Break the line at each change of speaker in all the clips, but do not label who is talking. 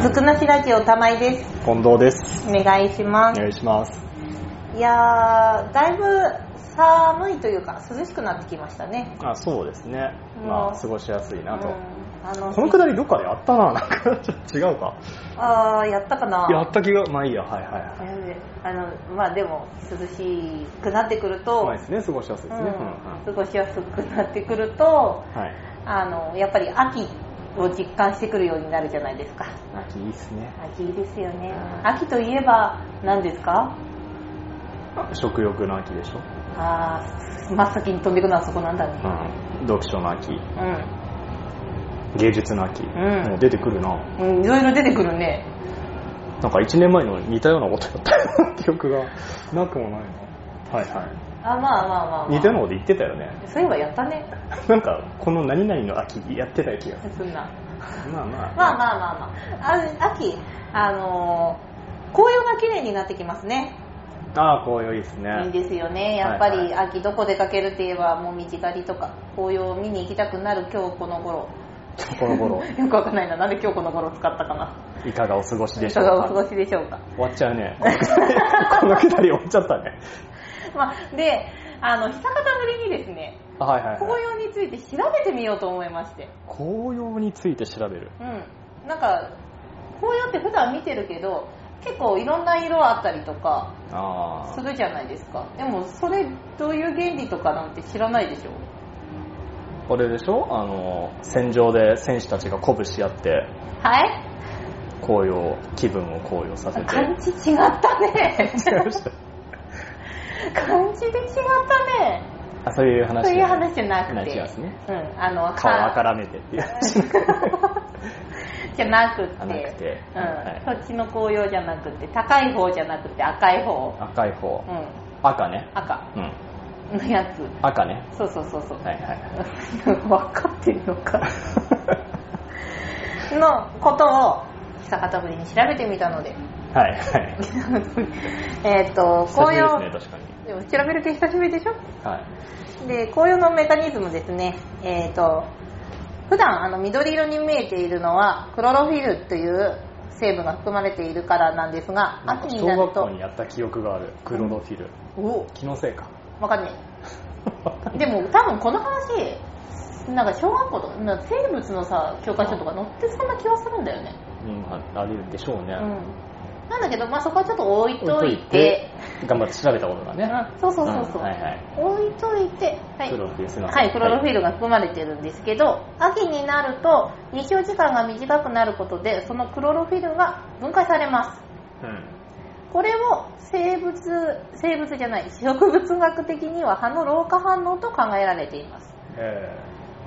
ずくなしラジオ玉井です。
近藤です。
お願いしま
お
す。
願いします。
いやー、だいぶ寒いというか、涼しくなってきましたね。
あ、そうですね。まあ、過ごしやすいなと。
うんあの
このくだりどっかでやったな、なんか、ちょっと違うか。
あー、やったかな
やった気が、まあいいや、はいはいはい。
うんあの、まあでも、涼しくなってくると、
まあいいですね、過ごしやすいですね。うんうん
過ごしやすくなってくると、
はい。
あの、やっぱり秋を実感してくるようになるじゃないですか。
秋いいっすね。
秋いいですよね。
うん
秋といえば何ですか
食欲の秋でしょ。
あー、真っ先に飛んでくのはそこなんだね。
うん。読書の秋。
う
芸術の秋。
ん
もう出てくるな。
ん、いろいろ出てくるね。
なんか1年前の似たようなことやったような 記憶がなくもないな。はいはい。
あ、まあまあまあ、まあ。
似たようなこと言ってたよね。
そういえばやったね。
なんか、この何々の秋やってた気がする。
そんな。
まあま
ま
あ。
あまあまあまあ。あ秋、あのー紅葉が綺麗になってきますね。
ああ、紅葉いいですね。
いいですよね。やっぱ
はい
り秋どこ出かけるって言えば、もう道狩りとか、紅葉を見に行きたくなる今日この頃。
この頃、
よくわかんないな。なんで今日この頃使ったかな。
いかがお過ごしで
い
しょ
かが
う
お過
か。
ごしでしょうか。
終わっちゃ うね。このくだり終わっちゃったね。
まあ、で、あの、久方ぶりにですね、
あはいはい、は
紅
い。
葉について調べてみようと思いまして。
紅葉について調べる。
うん、なんか紅葉って普段見てるけど結構いろんな色あったりとか
あ
するじゃないですかでもそれどういう原理とかなんて知らないでしょ
あ。これでしょあの、戦場で選手たちが鼓舞し合って、
はい
紅葉、気分を高揚させて。
漢字違ったね
違いました。
漢字で違ったね
あ、そういう話。
そういう話じゃな
な
く
い
て
違いますね
うん、あの
顔をあ
か
からめてっていう話。
じゃなくて
あなくて
うん
はい
そっちの紅葉じゃなくて高い方じゃなくて赤い方、
赤い方
う。ん、
赤ね。
赤
うん。
のやつ
赤ね。
そうそうそうそう、
は いはい。
分かってるのかのことを久方ぶりに調べてみたので
はいはい。
えっと
久
紅
しぶ
葉
りですね、確かに。
でも調べると久しぶりでしょ
はい。
で紅葉のメカニズムですねえっ、と普段あの緑色に見えているのはクロロフィルという成分が含まれているからなんですが
なんか
秋
小
になる
学
と
校にやった記憶があるクロロフィル、
お
気のせいか
わかんないでも多分この話なんか小学校とかなんか生物のさ教科書とか載ってそうな気はするんだよね
うんああるでしょうね、
うんなんだけど、まあ、そこはちょっと置いと
置
い
い
て
て頑張って調べたことがね、
うんそうそうそうそう、
うんはいはい
置いといて、はい、
クロロフィルすいません
はい、クロロフィルが含まれてるんですけど、秋になると日照時間が短くなることでそのクロロフィルが分解されます
うん
これを生物生物じゃない植物学的には葉の老化反応と考えられています
え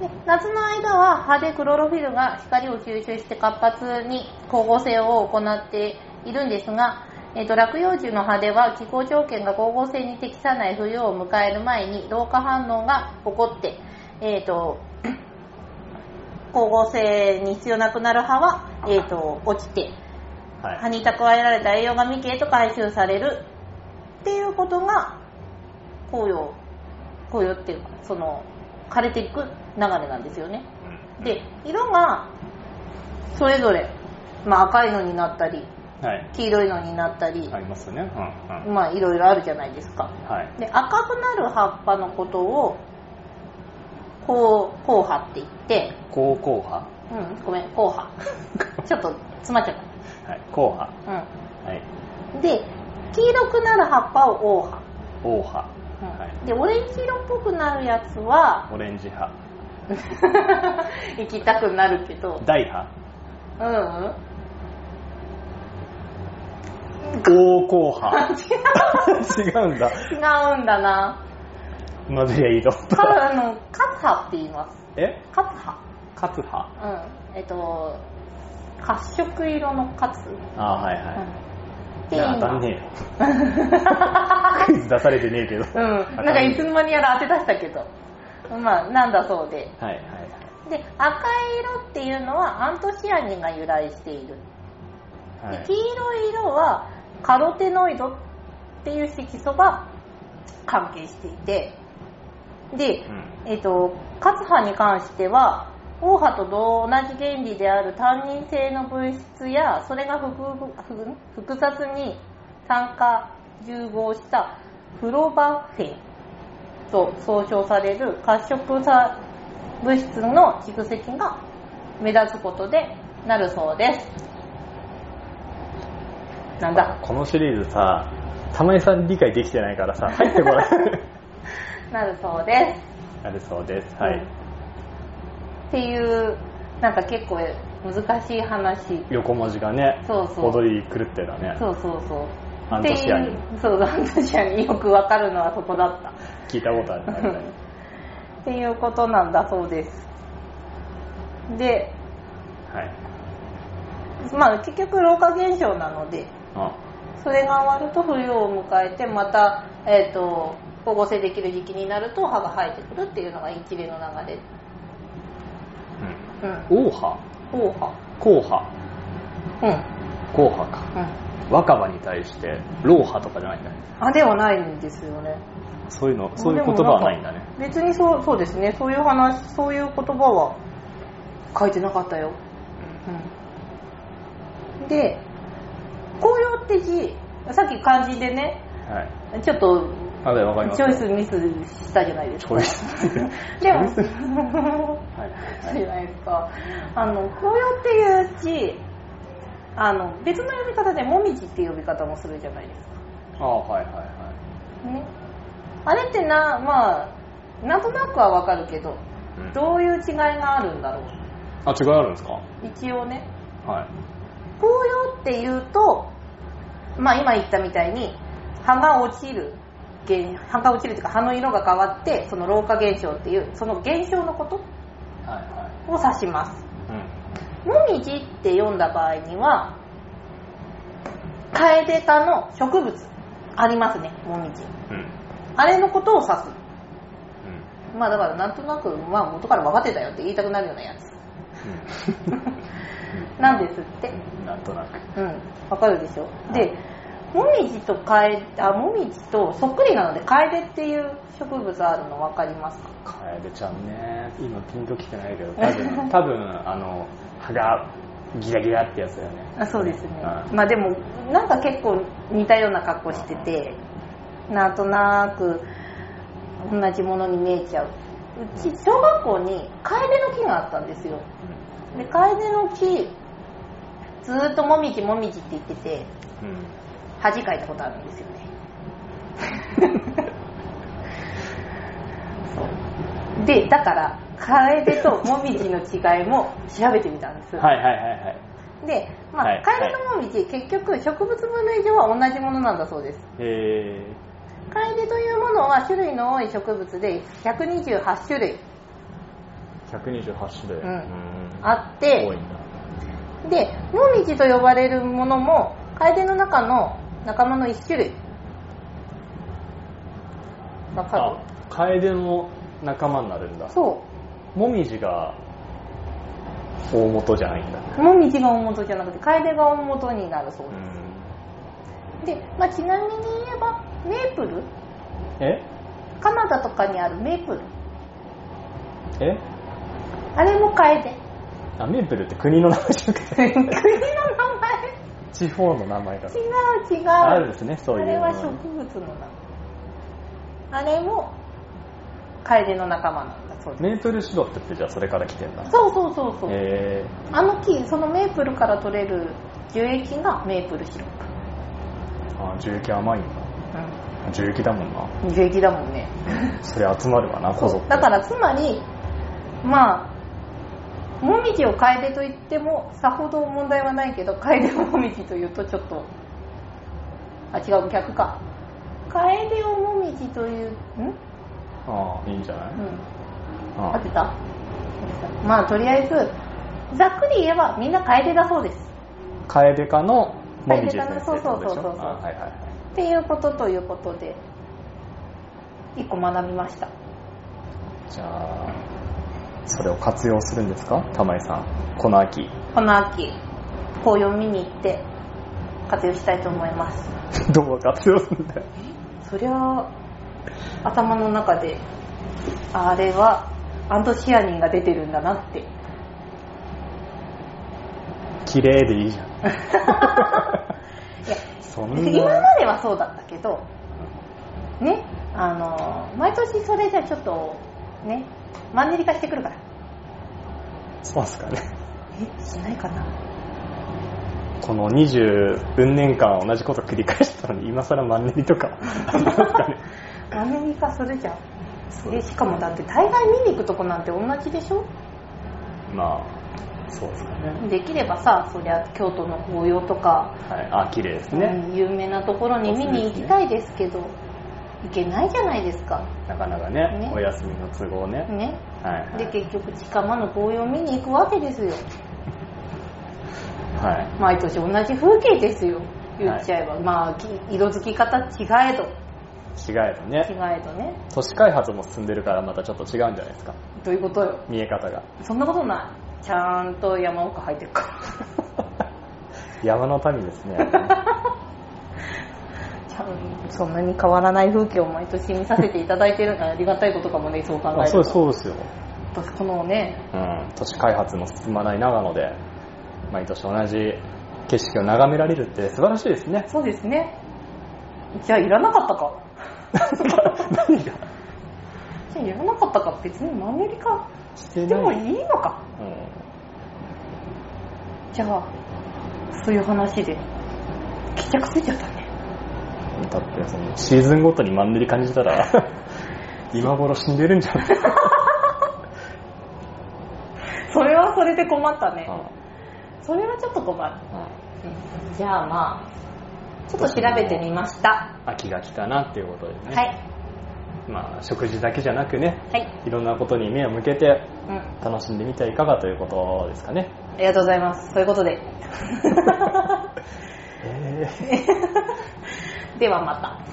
で夏の間は葉でクロロフィルが光を吸収して活発に光合成を行っているんですが、えーと落葉樹の葉では気候条件が光合成に適さない冬を迎える前に老化反応が起こって、えー、と 光合成に必要なくなる葉は、えー、と落ちて
ーはい
葉に蓄えられた栄養が幹へと回収されるっていうことが紅葉紅葉っていうかその枯れていく流れなんですよねで色がそれぞれ、まあ、赤いのになったり
うんはい
黄色いのになったり、
ありますよねうんうん
まあいろいろあるじゃないですか
はい
で赤くなる葉っぱのことをこう紅葉って言って
高校派
うんごめん紅葉 ちょっと詰まっちゃっ
はい後派
たうん
はい
で黄色くなる葉っぱを黄葉、
王派、はい
でオレンジ色っぽくなるやつ は
オレンジ派
行きたくなるけど
大派
うんうん
高校派 違うんだ
違うんだな
混ぜりゃいいと思った
かあのカツハって言います
え
カツハ
勝派
うんえっと褐色色のカツ、
ああはいはい、
うん
いや当たんねえよクイ ズ出されてねえけど
うんなんかいつの間にやら当て出したけどまあなんだそうで
はいはい
で赤い色っていうのはアントシアニンが由来している
は
で
い
黄色い色はカロテノイドっていう色素が関係していてで、
うん
えっとカツハに関しては黄波と同じ原理である単認性の物質やそれが複複複雑に酸化融合したフロバフェンと総称される褐色さ物質の蓄積が目立つことでなるそうですなんだ
このシリーズさ玉井さん理解できてないからさ入ってこない
なるそうです
なるそうですはい、
っていうなんか結構難しい話
横文字がね
そうそう
踊り狂ってたね
そうそうそう
アントシアニン
っていうそうアントシアニンよくわかるのはそこだった
聞いたことある ね
っていうことなんだそうですで
はい
まあ結局老化現象なので
あ
それが終わると冬を迎えてまたえっ、と光合成できる時期になると葉が生えてくるっていうのが一連の流れうん
うん黄波
黄葉
黄波
うん
黄波か
うん
若葉に対して老波とかじゃないんだね
あではないんですよね
そういうのそういう言葉はないんだね
でもなんか別にそうそうですねそういう話そういう言葉は書いてなかったよ、うん、で紅葉って字さっき漢字でね
はい
ちょっと
あれわかります
チョイスミスしたじゃないです
チ
か
ョイス
でも
チョイスはい
じゃないですかあの紅葉っていう字あの別の呼び方でもみじっていう呼び方もするじゃないですか
ああはいはいは
ね、あれってなまあなんとなくはわかるけど、
うん
どういう違いがあるんだろう
いあ違いあるんですか
一応ね
はい
紅葉っていうとまあ今言ったみたいに葉が落ちる現葉が落ちるというか葉の色が変わってその老化現象っていうその現象のこと
はいは
を指します
いうん
もみじって読んだ場合にはカエデ科の植物ありますねもみじ
うんうん
あれのことを指すまあだからなんとなく、まあ元から分かってたよって言いたくなるようなやつ。なんですって。
うんなんとなく
うん。わかるでしょで、もみじとカエ、あ、もみじとそっくりなので、カエデっていう植物あるの分かりますか
カエルちゃんね今ピンときてないけど多分多分あの歯がギラギラってやつだよね
あそうですね。
うん
まあでも、なんか結構似たような格好してて、なんとなく同じものに見えちゃう。うち、小学校にカエデの木があったんですよ。で、カエデの木、ずーっともみじもみじって言ってて、
うんうん
恥かいたことあるんですよね そうでだからカエデとモミジの違いも調べてみたんです、
はいはいはいはい
で、まあ
はい
カエデとモミジ結局植物分類上は同じものなんだそうです
え
カエデというものは種類の多い植物で128種類
ー、128種類
うん
ん
あって
多いんだ
でモミジと呼ばれるものもカエデの中の仲間の1種類わか
あ
る
カエデの仲間になるんだ
そう
モミジが大元じゃないんだ
もみじが大元じゃなくて楓が大元になるそう
う
で
ん
す、で、まあ、ちなみに言えばメープル
え
カナダとかにあるメープル
え
あれも楓
あメープルって国の名前じゃなく
国の名
て
前
地方の名前だ
違う違う
あるんですねそういう
あれは植物の名前あれも楓の仲間なんだそうです、
メープルシロップってじゃあそれから来てんだ
そうそうそうそう、
え
あの木そのメープルから取れる樹液がメープルシロップ、
ー、あ樹液甘いんだ樹液だもんな
うん、樹液だもんね
それ集まるわなこぞって
だからつまりまあもみじを楓と言ってもさほど問題はないけど楓をもみじというとちょっとあ違う逆か楓をもみじというん、うん、
ああいいんじゃない、あ
合ってたまあとりあえずざっくり言えばみんな楓だそうです
カエデ科のモミジ先生
カエデ科の
ってことでしょ
そうそうそうそう
あはいはいはい
っていうことということで一個学びました
じゃあそれを活用するんですか玉井さんこの秋
この秋紅葉見に行って活用したいと思います
どう活用するんだよ
そりゃあ頭の中であれはアントシアニンが出てるんだなって
綺麗でいいじゃん。
いや
そん
今
な。
まではそうだったけどねあの毎年それじゃちょっとねマンネリ化してくるから
そうっすかね。
えしないかな
この20運年間同じこと繰り返したのに、今更マンネリ とか。ありますかね。
マンネリ化するじゃん
そう
え
で
し
す
かもだって大概見に行くとこなんて同じでしょ
まあ、そうですかね。
できればさそりゃ京都の紅葉とか、
はい。あ、綺麗ですね。
うん有名なところに見に行きたいですけど行けないじゃないですか
なかなか
ね
ね、お休みの都合ね。
ね
はいはい。
で結局近間の紅葉を見に行くわけですよ
はい。
毎年同じ風景ですよ言っちゃえば、まあき色づき方違えど
違えばね
違。えどね
都市開発も進んでるからまたちょっと違うんじゃないですか
どういうことよ
見え方 が
そんなことないちゃんと山奥入ってるから
山の民です ね
ちゃんそんなに変わらない風景を毎年見させていただいてるのはありがたいことかもねそう考えると
あそうそうですよ、
私このね
うん、都市開発も進まない長野で毎年同じ景色を眺められるって素晴らしいです ね
そうですねじゃあいらなかった か
何が
じゃあいらなかったか別にマンネリ化
して
で
な
も
い
いいのか
うん
じゃあそういう話で決着ついちゃったね
だってそのシーズンごとにマンネリ感じた ら今頃死んでるんじゃないですか、
それはそれで困ったね
うん
それはちょっと困る
うん
じゃあまあちょっと調べてみました
秋が来たなっていうことですね、
はい
まあ食事だけじゃなくね
はい、
いろんなことに目を向けて
うん、
楽しんでみてはいかがということですかね。
ありがとうございますそういうこと で
え
ではまた